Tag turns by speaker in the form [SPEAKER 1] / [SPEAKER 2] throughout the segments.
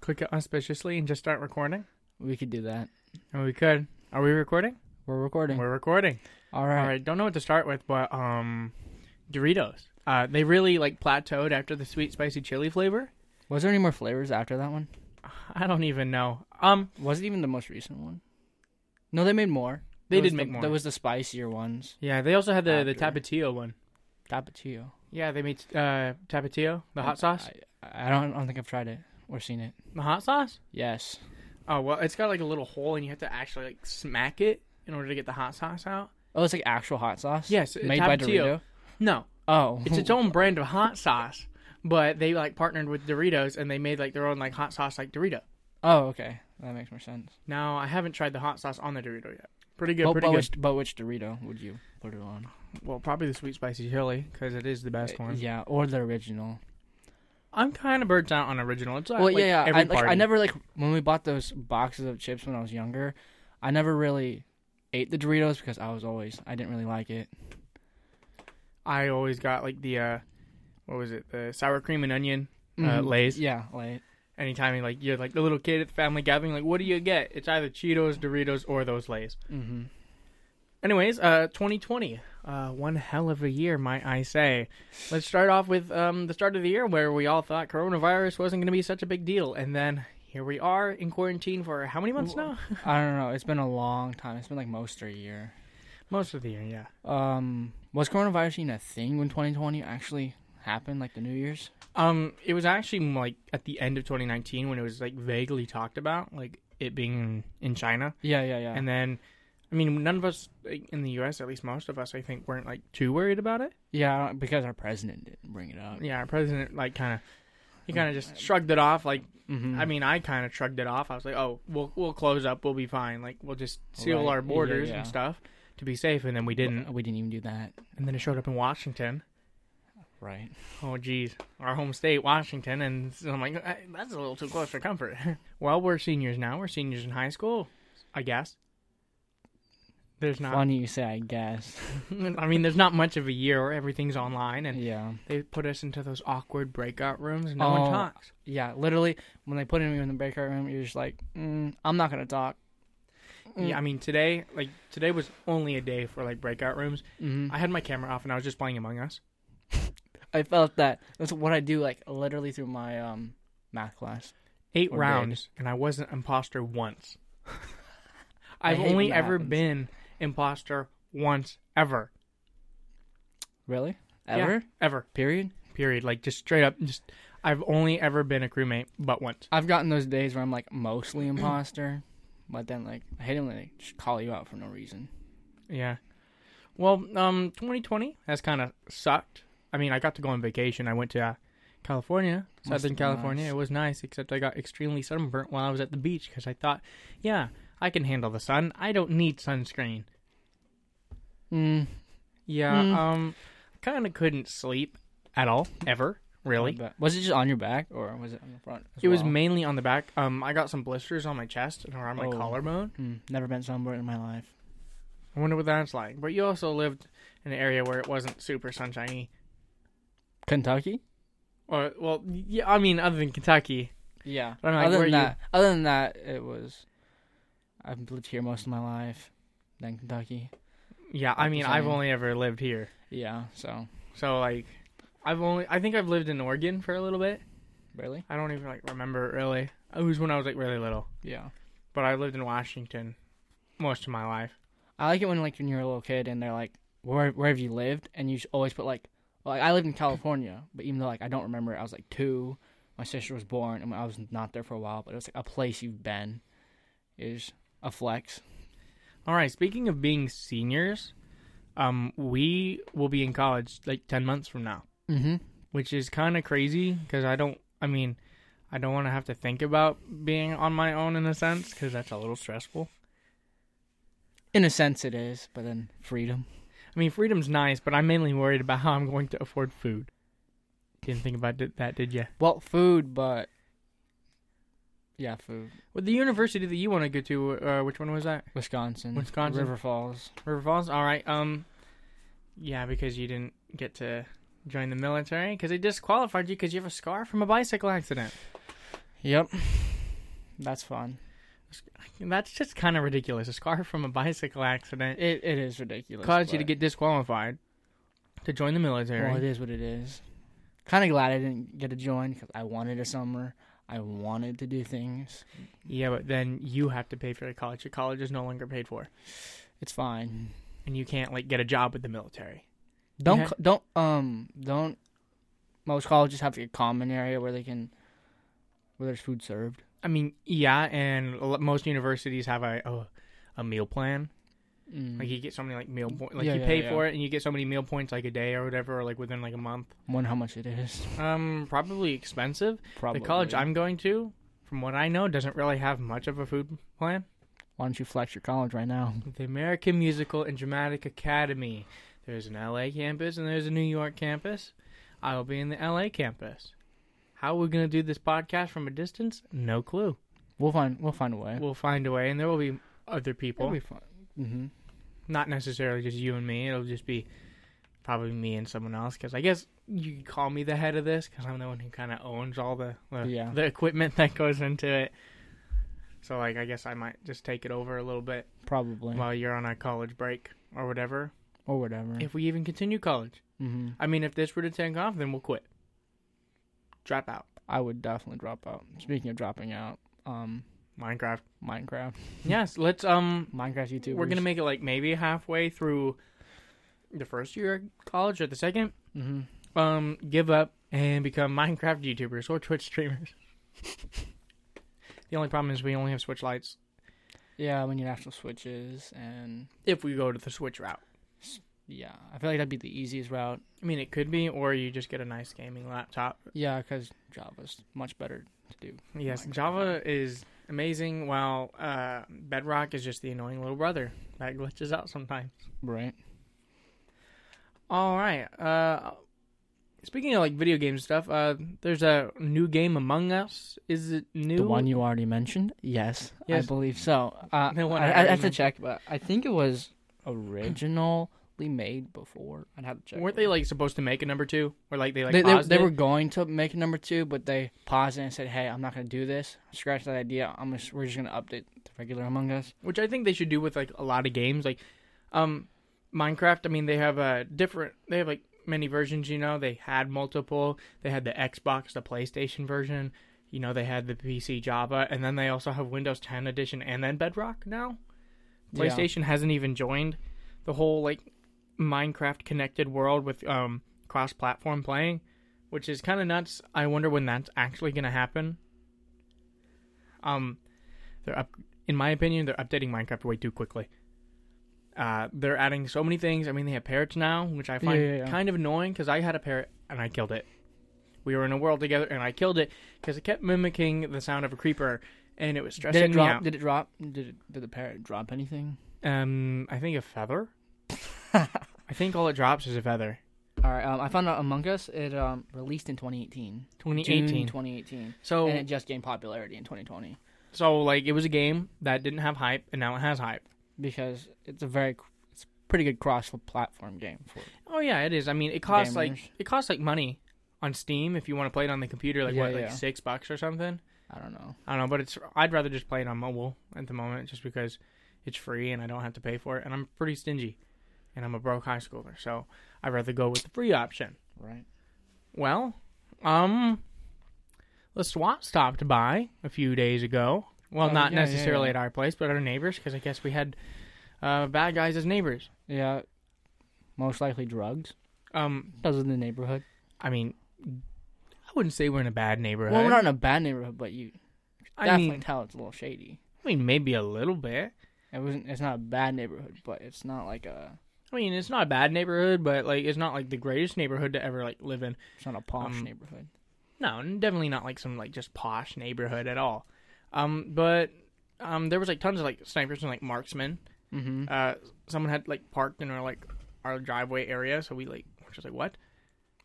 [SPEAKER 1] click it auspiciously and just start recording?
[SPEAKER 2] We could do that.
[SPEAKER 1] And we could. Are we recording?
[SPEAKER 2] We're recording.
[SPEAKER 1] We're recording.
[SPEAKER 2] All
[SPEAKER 1] All
[SPEAKER 2] right.
[SPEAKER 1] right. Don't know what to start with, but um, Doritos. Uh, they really like plateaued after the sweet spicy chili flavor.
[SPEAKER 2] Was there any more flavors after that one?
[SPEAKER 1] I don't even know. Um,
[SPEAKER 2] Was it even the most recent one? No, they made more.
[SPEAKER 1] They
[SPEAKER 2] There
[SPEAKER 1] did
[SPEAKER 2] was
[SPEAKER 1] make
[SPEAKER 2] the,
[SPEAKER 1] more.
[SPEAKER 2] There was the spicier ones.
[SPEAKER 1] yeah. They also had the the
[SPEAKER 2] After.
[SPEAKER 1] tapatio one.
[SPEAKER 2] Tapatio.
[SPEAKER 1] Yeah, they made uh tapatio, the hot sauce.
[SPEAKER 2] Oh, I, I don't. I don't think I've tried it or seen it.
[SPEAKER 1] The hot sauce.
[SPEAKER 2] Yes.
[SPEAKER 1] Oh well, it's got like a little hole, and you have to actually like smack it in order to get the hot sauce out.
[SPEAKER 2] Oh, it's like actual hot sauce.
[SPEAKER 1] Yes,
[SPEAKER 2] Made by
[SPEAKER 1] Tapatio.
[SPEAKER 2] Dorito.
[SPEAKER 1] No,
[SPEAKER 2] Oh,
[SPEAKER 1] it's its own brand of hot sauce, but they like partnered with Doritos and they made like their own like hot sauce like Dorito.
[SPEAKER 2] Oh, okay. That makes more sense.
[SPEAKER 1] Now I haven't tried the hot sauce on the Dorito yet. Pretty good,
[SPEAKER 2] but,
[SPEAKER 1] pretty
[SPEAKER 2] but
[SPEAKER 1] good.
[SPEAKER 2] Which, but which Dorito would you put it on?
[SPEAKER 1] well, probably the sweet spicy chili because it is the best one.
[SPEAKER 2] Yeah, or the original.
[SPEAKER 1] I'm kind of burnt out on original. It's uh, like,
[SPEAKER 2] Well, yeah, yeah.
[SPEAKER 1] every
[SPEAKER 2] I, like, I
[SPEAKER 1] party.
[SPEAKER 2] never like when we bought those boxes of chips when I was younger. I never really ate the Doritos because I was always I didn't really like it.
[SPEAKER 1] I always got like the uh, what was it? The sour cream and onion uh,
[SPEAKER 2] Mhm.
[SPEAKER 1] Lay's.
[SPEAKER 2] Yeah, like
[SPEAKER 1] Anytime you like you're like the little kid at the family gathering, like what do you get? It's either Cheetos, Doritos, or those Lay's.
[SPEAKER 2] hmm
[SPEAKER 1] Anyways, uh, 2020, uh, one hell of a year, might I say. Let's start off with um, the start of the year where we all thought coronavirus wasn't going to be such a big deal, and then here we are in quarantine for how many months now?
[SPEAKER 2] I don't know. It's been a long time. It's been like most of a year.
[SPEAKER 1] Most of the year, yeah.
[SPEAKER 2] Um, was coronavirus even a thing when 2020 actually happened, like the New Year's?
[SPEAKER 1] Um, it was actually mm, like at the end of 2019 when it was like vaguely talked about, like it being in China,
[SPEAKER 2] Yeah, yeah, yeah.
[SPEAKER 1] and then. I mean, none of us like, in the U.S., at least most of us, I think, weren't like too worried about it.
[SPEAKER 2] yeah, because our president didn't bring it up.
[SPEAKER 1] Yeah, our president like kind of, he kind of just shrugged it off, like
[SPEAKER 2] Mm-hmm.
[SPEAKER 1] I mean, I kind of shrugged it off. I was like, "Oh, we'll we'll close up. We'll be fine. Like, we'll just seal
[SPEAKER 2] Right.
[SPEAKER 1] our
[SPEAKER 2] Yeah,
[SPEAKER 1] borders
[SPEAKER 2] yeah.
[SPEAKER 1] and stuff to be safe." And then we didn't.
[SPEAKER 2] Uh, we didn't even do that,
[SPEAKER 1] And then it showed up in Washington.
[SPEAKER 2] right?
[SPEAKER 1] Oh, geez, our home state, Washington. And so I'm like, "Eh, "That's a little too close for comfort." well, we're seniors now. We're seniors in high school, I guess. There's not.
[SPEAKER 2] Funny you say, I guess.
[SPEAKER 1] I mean, there's not much of a year where everything's online, and
[SPEAKER 2] yeah.
[SPEAKER 1] they put us into those awkward breakout rooms. And no one
[SPEAKER 2] Oh.
[SPEAKER 1] talks.
[SPEAKER 2] Yeah, literally, when they put him in the breakout room, you're just like, mm, I'm not gonna talk. Mm.
[SPEAKER 1] Yeah, I mean, today, like today was only a day for like breakout rooms.
[SPEAKER 2] Mm-hmm.
[SPEAKER 1] I had my camera off, and I was just playing Among Us.
[SPEAKER 2] I felt that. That's what I do, like literally through my um math class.
[SPEAKER 1] eight
[SPEAKER 2] Or
[SPEAKER 1] rounds and I wasn't imposter once. I've
[SPEAKER 2] hate
[SPEAKER 1] only
[SPEAKER 2] when that
[SPEAKER 1] ever
[SPEAKER 2] happens.
[SPEAKER 1] been imposter once ever.
[SPEAKER 2] Really?
[SPEAKER 1] Yeah,
[SPEAKER 2] Ever?
[SPEAKER 1] ever.
[SPEAKER 2] Period.
[SPEAKER 1] Period. Like just straight up just I've only ever been a crewmate but once.
[SPEAKER 2] I've gotten those days where I'm like mostly imposter, but then like I hate them when they just call you out for no reason.
[SPEAKER 1] Yeah. Well, um 2020 has kind of sucked. I mean, I got to go on vacation. I went to uh, California,
[SPEAKER 2] Must
[SPEAKER 1] Southern
[SPEAKER 2] be
[SPEAKER 1] California.
[SPEAKER 2] nice.
[SPEAKER 1] It was nice, except I got extremely sunburnt while I was at the beach because I thought, yeah, I can handle the sun. I don't need sunscreen.
[SPEAKER 2] Mm,
[SPEAKER 1] Yeah,
[SPEAKER 2] Mm.
[SPEAKER 1] um, kind of couldn't sleep at all, ever, really.
[SPEAKER 2] but- was it just on your back or was it on the front? as
[SPEAKER 1] It was
[SPEAKER 2] well?
[SPEAKER 1] mainly on the back. Um, I got some blisters on my chest and around my
[SPEAKER 2] Oh.
[SPEAKER 1] collarbone.
[SPEAKER 2] Mm, never been sunburned in my life.
[SPEAKER 1] I wonder what that's like. But you also lived in an area where it wasn't super sunshiny.
[SPEAKER 2] Kentucky?
[SPEAKER 1] Or, well, yeah, I mean, other than Kentucky.
[SPEAKER 2] Yeah.
[SPEAKER 1] I don't know, like,
[SPEAKER 2] other
[SPEAKER 1] where
[SPEAKER 2] than
[SPEAKER 1] you-
[SPEAKER 2] that, other than that, it was. I've lived here most of my life, then Kentucky.
[SPEAKER 1] Yeah, I
[SPEAKER 2] Like
[SPEAKER 1] mean,
[SPEAKER 2] the
[SPEAKER 1] I've
[SPEAKER 2] same.
[SPEAKER 1] only ever lived here.
[SPEAKER 2] Yeah, so
[SPEAKER 1] So, like, I've only, I think I've lived in Oregon for a little bit.
[SPEAKER 2] barely.
[SPEAKER 1] I don't even, like, remember it really. It was when I was, like, really little.
[SPEAKER 2] Yeah,
[SPEAKER 1] But I lived in Washington most of my life.
[SPEAKER 2] I like it when like when you're a little kid and they're like, "Where where have you lived?" and you should always put like, well, like, "I lived in California," but even though like I don't remember, it, I was like two. My sister was born, and I was not there for a while, but it was like a place you've been, is a flex.
[SPEAKER 1] All right. Speaking of being seniors, um, we will be in college like ten months from now,
[SPEAKER 2] Mm-hmm.
[SPEAKER 1] which is kind of crazy because I don't. I mean, I don't want to have to think about being on my own in a sense because that's a little stressful.
[SPEAKER 2] In a sense, it is, but then freedom.
[SPEAKER 1] I mean, freedom's nice, but I'm mainly worried about how I'm going to afford food. Didn't think about di- that, did you?
[SPEAKER 2] Well, food, but yeah, food.
[SPEAKER 1] Well, the university that you want to go to, uh, which one was that?
[SPEAKER 2] Wisconsin,
[SPEAKER 1] Wisconsin.
[SPEAKER 2] River Falls.
[SPEAKER 1] River Falls. All right. Um, yeah, because you didn't get to join the military because they disqualified you because you have a scar from a bicycle accident.
[SPEAKER 2] Yep. That's fun.
[SPEAKER 1] That's just kind of ridiculous. A scar from a bicycle accident
[SPEAKER 2] It it is ridiculous.
[SPEAKER 1] caused you to
[SPEAKER 2] but-
[SPEAKER 1] get disqualified to join the military.
[SPEAKER 2] Well, it is what it is. Kind of glad I didn't get to join because I wanted a summer. I wanted to do things.
[SPEAKER 1] yeah, but then you have to pay for your college. Your college is no longer paid for,
[SPEAKER 2] It's fine.
[SPEAKER 1] and you can't like get a job with the military.
[SPEAKER 2] Don't
[SPEAKER 1] Mm-hmm. Yeah.
[SPEAKER 2] co- don't um don't. Most colleges have like, a common area where they can, where there's food served.
[SPEAKER 1] I mean, yeah, and a lo- most universities have a a, a meal plan.
[SPEAKER 2] Mm.
[SPEAKER 1] Like you get so many like meal points. Like
[SPEAKER 2] Yeah,
[SPEAKER 1] you
[SPEAKER 2] yeah,
[SPEAKER 1] pay
[SPEAKER 2] yeah.
[SPEAKER 1] for it, and you get so many meal points like a day or whatever, or like within like a month.
[SPEAKER 2] Wonder how much it is.
[SPEAKER 1] Um, probably expensive.
[SPEAKER 2] Probably.
[SPEAKER 1] The college I'm going to, from what I know, doesn't really have much of a food plan.
[SPEAKER 2] Why don't you flex your college right now?
[SPEAKER 1] The American Musical and Dramatic Academy. There's an LA campus and there's a New York campus. I will be in the LA campus. How we're gonna do this podcast from a distance? No clue.
[SPEAKER 2] We'll find we'll find a way.
[SPEAKER 1] We'll find a way, and there will be other people.
[SPEAKER 2] It'll be fun. Mm-hmm.
[SPEAKER 1] Not necessarily just you and me. It'll just be probably me and someone else. Because I guess you could call me the head of this because I'm the one who kind of owns all the the,
[SPEAKER 2] Yeah.
[SPEAKER 1] the equipment that goes into it. So like, I guess I might just take it over a little bit
[SPEAKER 2] Probably
[SPEAKER 1] while you're on a college break or whatever.
[SPEAKER 2] or whatever.
[SPEAKER 1] If we even continue college,
[SPEAKER 2] hmm
[SPEAKER 1] I mean, if this were to take off, then we'll quit. Drop out.
[SPEAKER 2] I would definitely drop out. Speaking of dropping out, um,
[SPEAKER 1] Minecraft.
[SPEAKER 2] Minecraft,
[SPEAKER 1] Yes, let's um
[SPEAKER 2] Minecraft YouTube.
[SPEAKER 1] We're gonna make it like maybe halfway through the first year of college or the second.
[SPEAKER 2] hmm
[SPEAKER 1] Um, give up and become Minecraft YouTubers or Twitch streamers. the only problem is we only have Switch lights
[SPEAKER 2] Yeah, we need actual switches, and
[SPEAKER 1] if we go to the Switch route.
[SPEAKER 2] yeah, I feel like that'd be the easiest route.
[SPEAKER 1] I mean, it could be, or you just get a nice gaming laptop.
[SPEAKER 2] Yeah, because Java's much better to do.
[SPEAKER 1] Yes,
[SPEAKER 2] Minecraft.
[SPEAKER 1] Java is amazing, while uh, Bedrock is just the annoying little brother that glitches out sometimes.
[SPEAKER 2] Right.
[SPEAKER 1] All right. Uh, speaking of like video game stuff, uh, there's a new game Among Us. Is it new?
[SPEAKER 2] The one you already mentioned. Yes,
[SPEAKER 1] Yes.
[SPEAKER 2] I believe so. Uh,
[SPEAKER 1] The one I
[SPEAKER 2] I, I,
[SPEAKER 1] already
[SPEAKER 2] have to
[SPEAKER 1] mentioned.
[SPEAKER 2] check, but I think it was originally made before. I'd have to check.
[SPEAKER 1] Weren't they like supposed to make a number two, or like they like
[SPEAKER 2] they, they,
[SPEAKER 1] paused
[SPEAKER 2] they
[SPEAKER 1] it?
[SPEAKER 2] were going to make number two, but they paused it and said, "Hey, I'm not going to do this. Scratch that idea. I'm just, we're just going to update the regular Among Us."
[SPEAKER 1] which I think they should do with like a lot of games, like um, Minecraft. I mean, they have uh, different. They have like many versions. You know, they had multiple. They had the Xbox, the PlayStation version. You know, they had the PC Java, and then they also have Windows 10 edition, and then Bedrock now.
[SPEAKER 2] Yeah.
[SPEAKER 1] PlayStation hasn't even joined the whole like Minecraft connected world with um cross-platform playing, which is kind of nuts. I wonder when that's actually going to happen. Um they're up in my opinion, they're updating Minecraft way too quickly. Uh, they're adding so many things. I mean, they have parrots now, which I find
[SPEAKER 2] yeah, yeah.
[SPEAKER 1] kind of annoying because I had a parrot and I killed it. We were in a world together and I killed it because it kept mimicking the sound of a creeper and it was stressing
[SPEAKER 2] Did it
[SPEAKER 1] me
[SPEAKER 2] drop?
[SPEAKER 1] out.
[SPEAKER 2] Did it drop? Did it, did the parrot drop anything?
[SPEAKER 1] Um, I think a feather. I think all it drops is a feather.
[SPEAKER 2] All right, um, I found out Among Us it um, released in 2018, June
[SPEAKER 1] 2018.
[SPEAKER 2] 2018,
[SPEAKER 1] so,
[SPEAKER 2] and it just gained popularity in 2020
[SPEAKER 1] so like it was a game that didn't have hype, and now it has hype.
[SPEAKER 2] because it's a very it's a pretty good cross-platform game. For
[SPEAKER 1] Oh yeah, it is. I mean, it costs like
[SPEAKER 2] Gamers.
[SPEAKER 1] it costs like money on Steam if you want to play it on the computer, like
[SPEAKER 2] Yeah,
[SPEAKER 1] what,
[SPEAKER 2] yeah.
[SPEAKER 1] like six bucks or something.
[SPEAKER 2] I don't know.
[SPEAKER 1] I don't know, but it's I'd rather just play it on mobile at the moment, just because it's free and I don't have to pay for it, and I'm pretty stingy, and I'm a broke high schooler, so I'd rather go with the free option.
[SPEAKER 2] Right.
[SPEAKER 1] Well, um, the SWAT stopped by a few days ago. Well,
[SPEAKER 2] Oh,
[SPEAKER 1] not
[SPEAKER 2] yeah, yeah,
[SPEAKER 1] necessarily
[SPEAKER 2] yeah.
[SPEAKER 1] at our place, but at our neighbors, because I guess we had uh, bad guys as neighbors.
[SPEAKER 2] Yeah. Most likely drugs.
[SPEAKER 1] Um,
[SPEAKER 2] Those in the neighborhood.
[SPEAKER 1] I mean, I wouldn't say we're in a bad neighborhood.
[SPEAKER 2] Well, we're not in a bad neighborhood, but you
[SPEAKER 1] I
[SPEAKER 2] definitely
[SPEAKER 1] mean,
[SPEAKER 2] tell it's a little shady.
[SPEAKER 1] I mean, maybe a little bit.
[SPEAKER 2] It wasn't. It's not a bad neighborhood, but it's not like a.
[SPEAKER 1] I mean, it's not a bad neighborhood, but like, it's not like the greatest neighborhood to ever like live in.
[SPEAKER 2] It's not a posh
[SPEAKER 1] Um,
[SPEAKER 2] neighborhood.
[SPEAKER 1] No, n- definitely not like some like just posh neighborhood at all. Um, but um, there was like tons of like snipers and like marksmen.
[SPEAKER 2] Mm-hmm.
[SPEAKER 1] Uh, someone had like parked in our like our driveway area, so we like which was like what,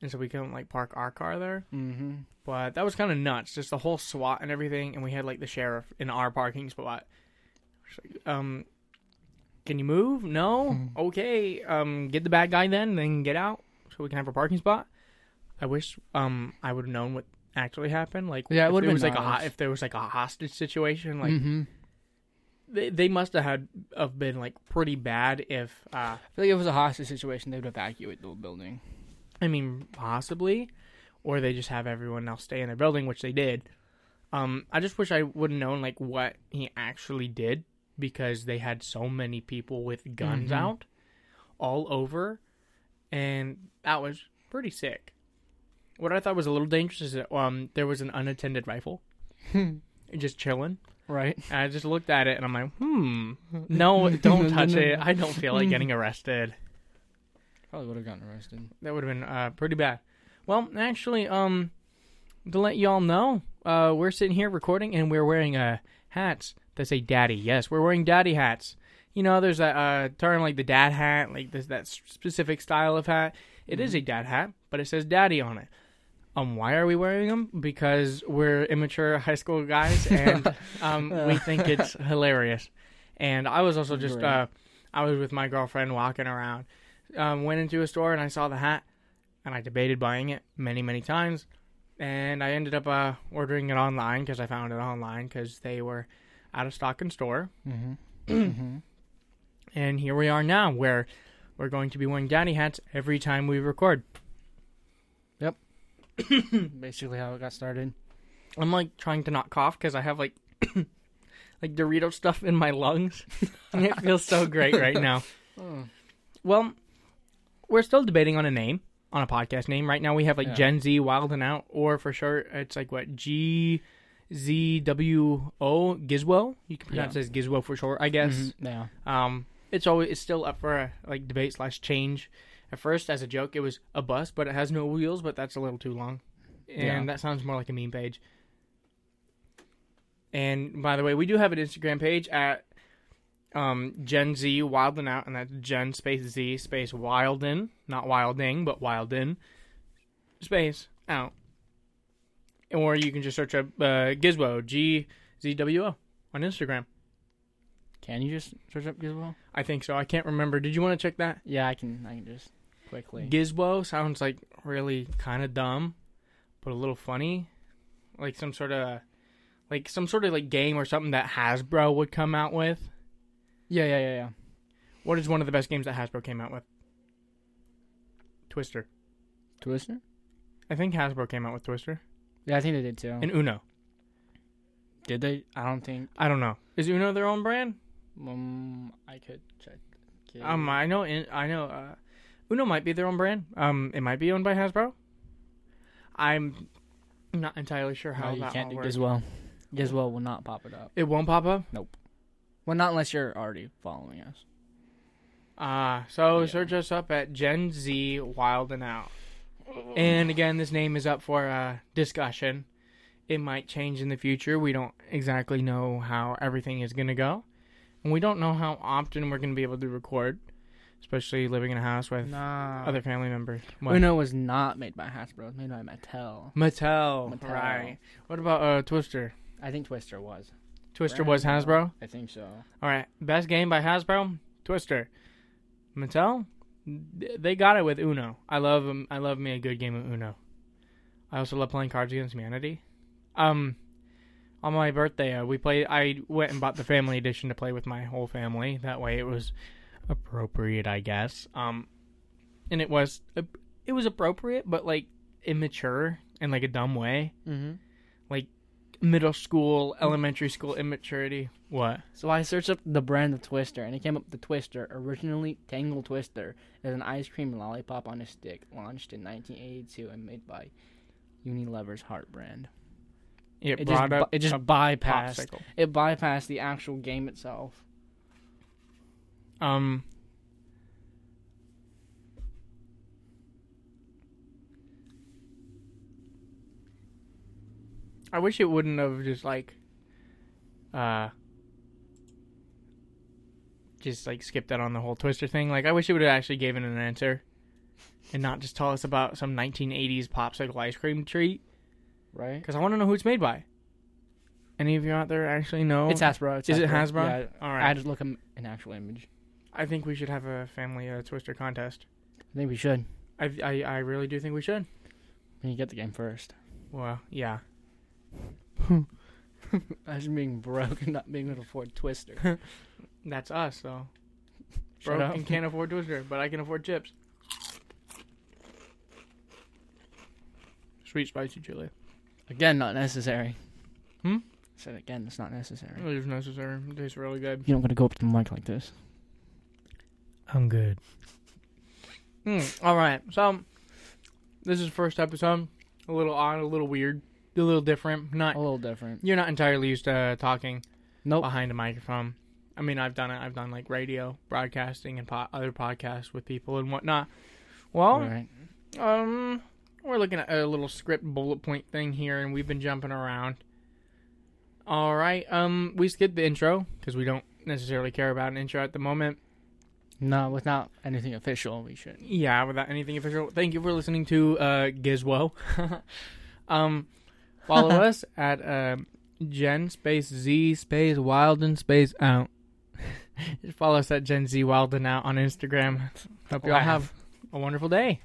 [SPEAKER 1] and so we couldn't like park our car there.
[SPEAKER 2] Mm-hmm.
[SPEAKER 1] But that was kind of nuts, just the whole SWAT and everything, and we had like the sheriff in our parking spot. It's like, um, can you move? No. Okay. Um, get the bad guy then, then get out, so we can have a parking spot. I wish um I would have known what actually happened. Like
[SPEAKER 2] Yeah, it
[SPEAKER 1] if
[SPEAKER 2] would've
[SPEAKER 1] there
[SPEAKER 2] been
[SPEAKER 1] was like a ho-
[SPEAKER 2] nice.
[SPEAKER 1] if there was like a hostage situation, like
[SPEAKER 2] mm-hmm.
[SPEAKER 1] they, they must have had have been like pretty bad if uh
[SPEAKER 2] I feel like if it was a hostage situation, they would evacuate the building.
[SPEAKER 1] I mean possibly or they just have everyone else stay in their building, which they did. Um I just wish I would have known like what he actually did because they had so many people with guns
[SPEAKER 2] Mhm.
[SPEAKER 1] out all over and that was pretty sick. What I thought was a little dangerous is that um there was an unattended rifle just chilling
[SPEAKER 2] right?
[SPEAKER 1] And I just looked at it and I'm like, hmm, no, don't touch
[SPEAKER 2] no,
[SPEAKER 1] it.
[SPEAKER 2] no.
[SPEAKER 1] I don't feel like getting arrested.
[SPEAKER 2] Probably would have gotten arrested.
[SPEAKER 1] That would have been uh, pretty bad. Well, actually, um, to let y'all know, uh, we're sitting here recording and we're wearing uh, hats that say daddy. Yes, we're wearing daddy hats. You know, there's that uh, term like the dad hat, like there's that s- specific style of hat. It is a dad hat, but it says daddy on it. Um, why are we wearing them? Because we're immature high school guys and um, we think it's hilarious. And I was also just,
[SPEAKER 2] Great.
[SPEAKER 1] uh, I was with my girlfriend walking around, um, went into a store and I saw the hat and I debated buying it many, many times. And I ended up uh, ordering it online because I found it online because they were out of stock in store.
[SPEAKER 2] Mm-hmm. mm-hmm.
[SPEAKER 1] And here we are now, where we're going to be wearing daddy hats every time we record.
[SPEAKER 2] Basically, how it got started.
[SPEAKER 1] I'm like trying to not cough because I have like like Dorito stuff in my lungs. and it feels so great right now. Hmm.
[SPEAKER 2] Oh.
[SPEAKER 1] Well, we're still debating on a name, on a podcast name. Right now we have like
[SPEAKER 2] Yeah.
[SPEAKER 1] Gen Z Wild and Out, or for sure it's like what G Z W O Gizwo. You can pronounce it as Gizwo for sure, I guess.
[SPEAKER 2] Yeah.
[SPEAKER 1] Um, it's always it's still up for a, like debate slash change. At first, as a joke, it was a bus, but it has no wheels. But that's a little too long, and
[SPEAKER 2] Yeah.
[SPEAKER 1] that sounds more like a meme page. And by the way, we do have an Instagram page at um, Gen Z Wildin Out, and that's Gen space Z space Wildin, not Wilding, but Wildin space out. Or you can just search up uh, Gizwo G Z W O on Instagram.
[SPEAKER 2] Can you just search up Gizmo?
[SPEAKER 1] I think so. I can't remember. Did you want to check that?
[SPEAKER 2] Yeah, I can. I can just quickly.
[SPEAKER 1] Gizbo sounds like really kind of dumb, but a little funny, like some sort of, like some sort of like game or something that Hasbro would come out with.
[SPEAKER 2] yeah, yeah, yeah, yeah.
[SPEAKER 1] What is one of the best games that Hasbro came out with? Twister.
[SPEAKER 2] Twister.
[SPEAKER 1] I think Hasbro came out with Twister
[SPEAKER 2] Yeah, I think they did too.
[SPEAKER 1] and Uno.
[SPEAKER 2] did they? I don't think.
[SPEAKER 1] I don't know. Is Uno their own brand?
[SPEAKER 2] Um, I could check. Okay.
[SPEAKER 1] Um, I know. In, I know. Uh, Uno might be their own brand. Um, it might be owned by Hasbro. I'm not entirely sure how
[SPEAKER 2] no, you
[SPEAKER 1] that
[SPEAKER 2] can't
[SPEAKER 1] all
[SPEAKER 2] do
[SPEAKER 1] works.
[SPEAKER 2] Gizmo. Gizmo will not pop it up.
[SPEAKER 1] It won't pop up.
[SPEAKER 2] Well, not unless you're already following us.
[SPEAKER 1] Ah, so
[SPEAKER 2] Yeah.
[SPEAKER 1] search us up at Gen Z Wild and Out.
[SPEAKER 2] Oh.
[SPEAKER 1] And again, this name is up for uh, discussion. It might change in the future. We don't exactly know how everything is going to go. And we don't know how often we're going to be able to record, especially living in a house with
[SPEAKER 2] Nah.
[SPEAKER 1] other family members. What?
[SPEAKER 2] Uno was not made by Hasbro. It was made by Mattel.
[SPEAKER 1] Mattel.
[SPEAKER 2] Mattel.
[SPEAKER 1] Right. What about uh, Twister?
[SPEAKER 2] I think Twister was.
[SPEAKER 1] Twister was Hasbro.
[SPEAKER 2] I think so.
[SPEAKER 1] All right. Best game by Hasbro, Twister. Mattel, th- they got it with Uno. I love 'em- I love me a good game of Uno. I also love playing Cards Against Humanity. Um, on my birthday, uh, we played. I went and bought the family edition to play with my whole family. That way, it was appropriate, I guess. Um, and it was uh, it was appropriate, but like immature in like a dumb way,
[SPEAKER 2] Mm-hmm.
[SPEAKER 1] middle school, elementary school immaturity. What?
[SPEAKER 2] So I searched up the brand of Twister, and it came up with the Twister, originally Tangle Twister, is an ice cream lollipop on a stick, launched in 1982 and made by Unilever's Heart brand.
[SPEAKER 1] It,
[SPEAKER 2] It just,
[SPEAKER 1] brought
[SPEAKER 2] bu-
[SPEAKER 1] up
[SPEAKER 2] it just
[SPEAKER 1] a
[SPEAKER 2] bypassed.
[SPEAKER 1] popsicle.
[SPEAKER 2] It bypassed the actual game itself.
[SPEAKER 1] Um. I wish it wouldn't have just like, uh, just like skipped out on the whole Twister thing. Like, I wish it would have actually given an answer, and not just tell us about some 1980s popsicle ice cream treat.
[SPEAKER 2] Right?
[SPEAKER 1] Because I want to know who it's made by. Any of you out there actually know?
[SPEAKER 2] It's Hasbro. It's
[SPEAKER 1] Oh. Is it Hasbro?
[SPEAKER 2] Yeah,
[SPEAKER 1] All
[SPEAKER 2] I
[SPEAKER 1] right.
[SPEAKER 2] had to look up an actual image.
[SPEAKER 1] I think we should have a family uh, Twister contest.
[SPEAKER 2] I think we should.
[SPEAKER 1] I, I, I really do think we should.
[SPEAKER 2] We need to get the game first.
[SPEAKER 1] Well, yeah.
[SPEAKER 2] Imagine being broke and not being able to afford Twister.
[SPEAKER 1] That's us, though.
[SPEAKER 2] Shut
[SPEAKER 1] Broke
[SPEAKER 2] up.
[SPEAKER 1] and can't afford Twister, but I can afford chips. Sweet spicy chili.
[SPEAKER 2] Again, not necessary.
[SPEAKER 1] Hmm? Oh,
[SPEAKER 2] I said again, it's not necessary.
[SPEAKER 1] It is necessary. It tastes really good.
[SPEAKER 2] You don't gotta go up to the mic like this.
[SPEAKER 1] I'm good. Mm, all right. So this is the first episode. A little odd, a little weird, a little different.
[SPEAKER 2] A
[SPEAKER 1] Not
[SPEAKER 2] little different.
[SPEAKER 1] you're not entirely used to talking
[SPEAKER 2] Nope.
[SPEAKER 1] behind a microphone. I mean, I've done it. I've done like radio broadcasting and po- other podcasts with people and whatnot. Well,
[SPEAKER 2] Alright.
[SPEAKER 1] um, we're looking at a little script bullet point thing here, and we've been jumping around. All right. Um, we skipped the intro because we don't necessarily care about an intro at the moment.
[SPEAKER 2] No, without anything official, we should.
[SPEAKER 1] Yeah, without anything official. Thank you for listening to uh, Gizwo. um, follow us at um Gen Space Z Space Wilden Space Out. Just follow us at Gen Z Wilden Out on Instagram. Hope you all
[SPEAKER 2] Laugh.
[SPEAKER 1] have a wonderful day.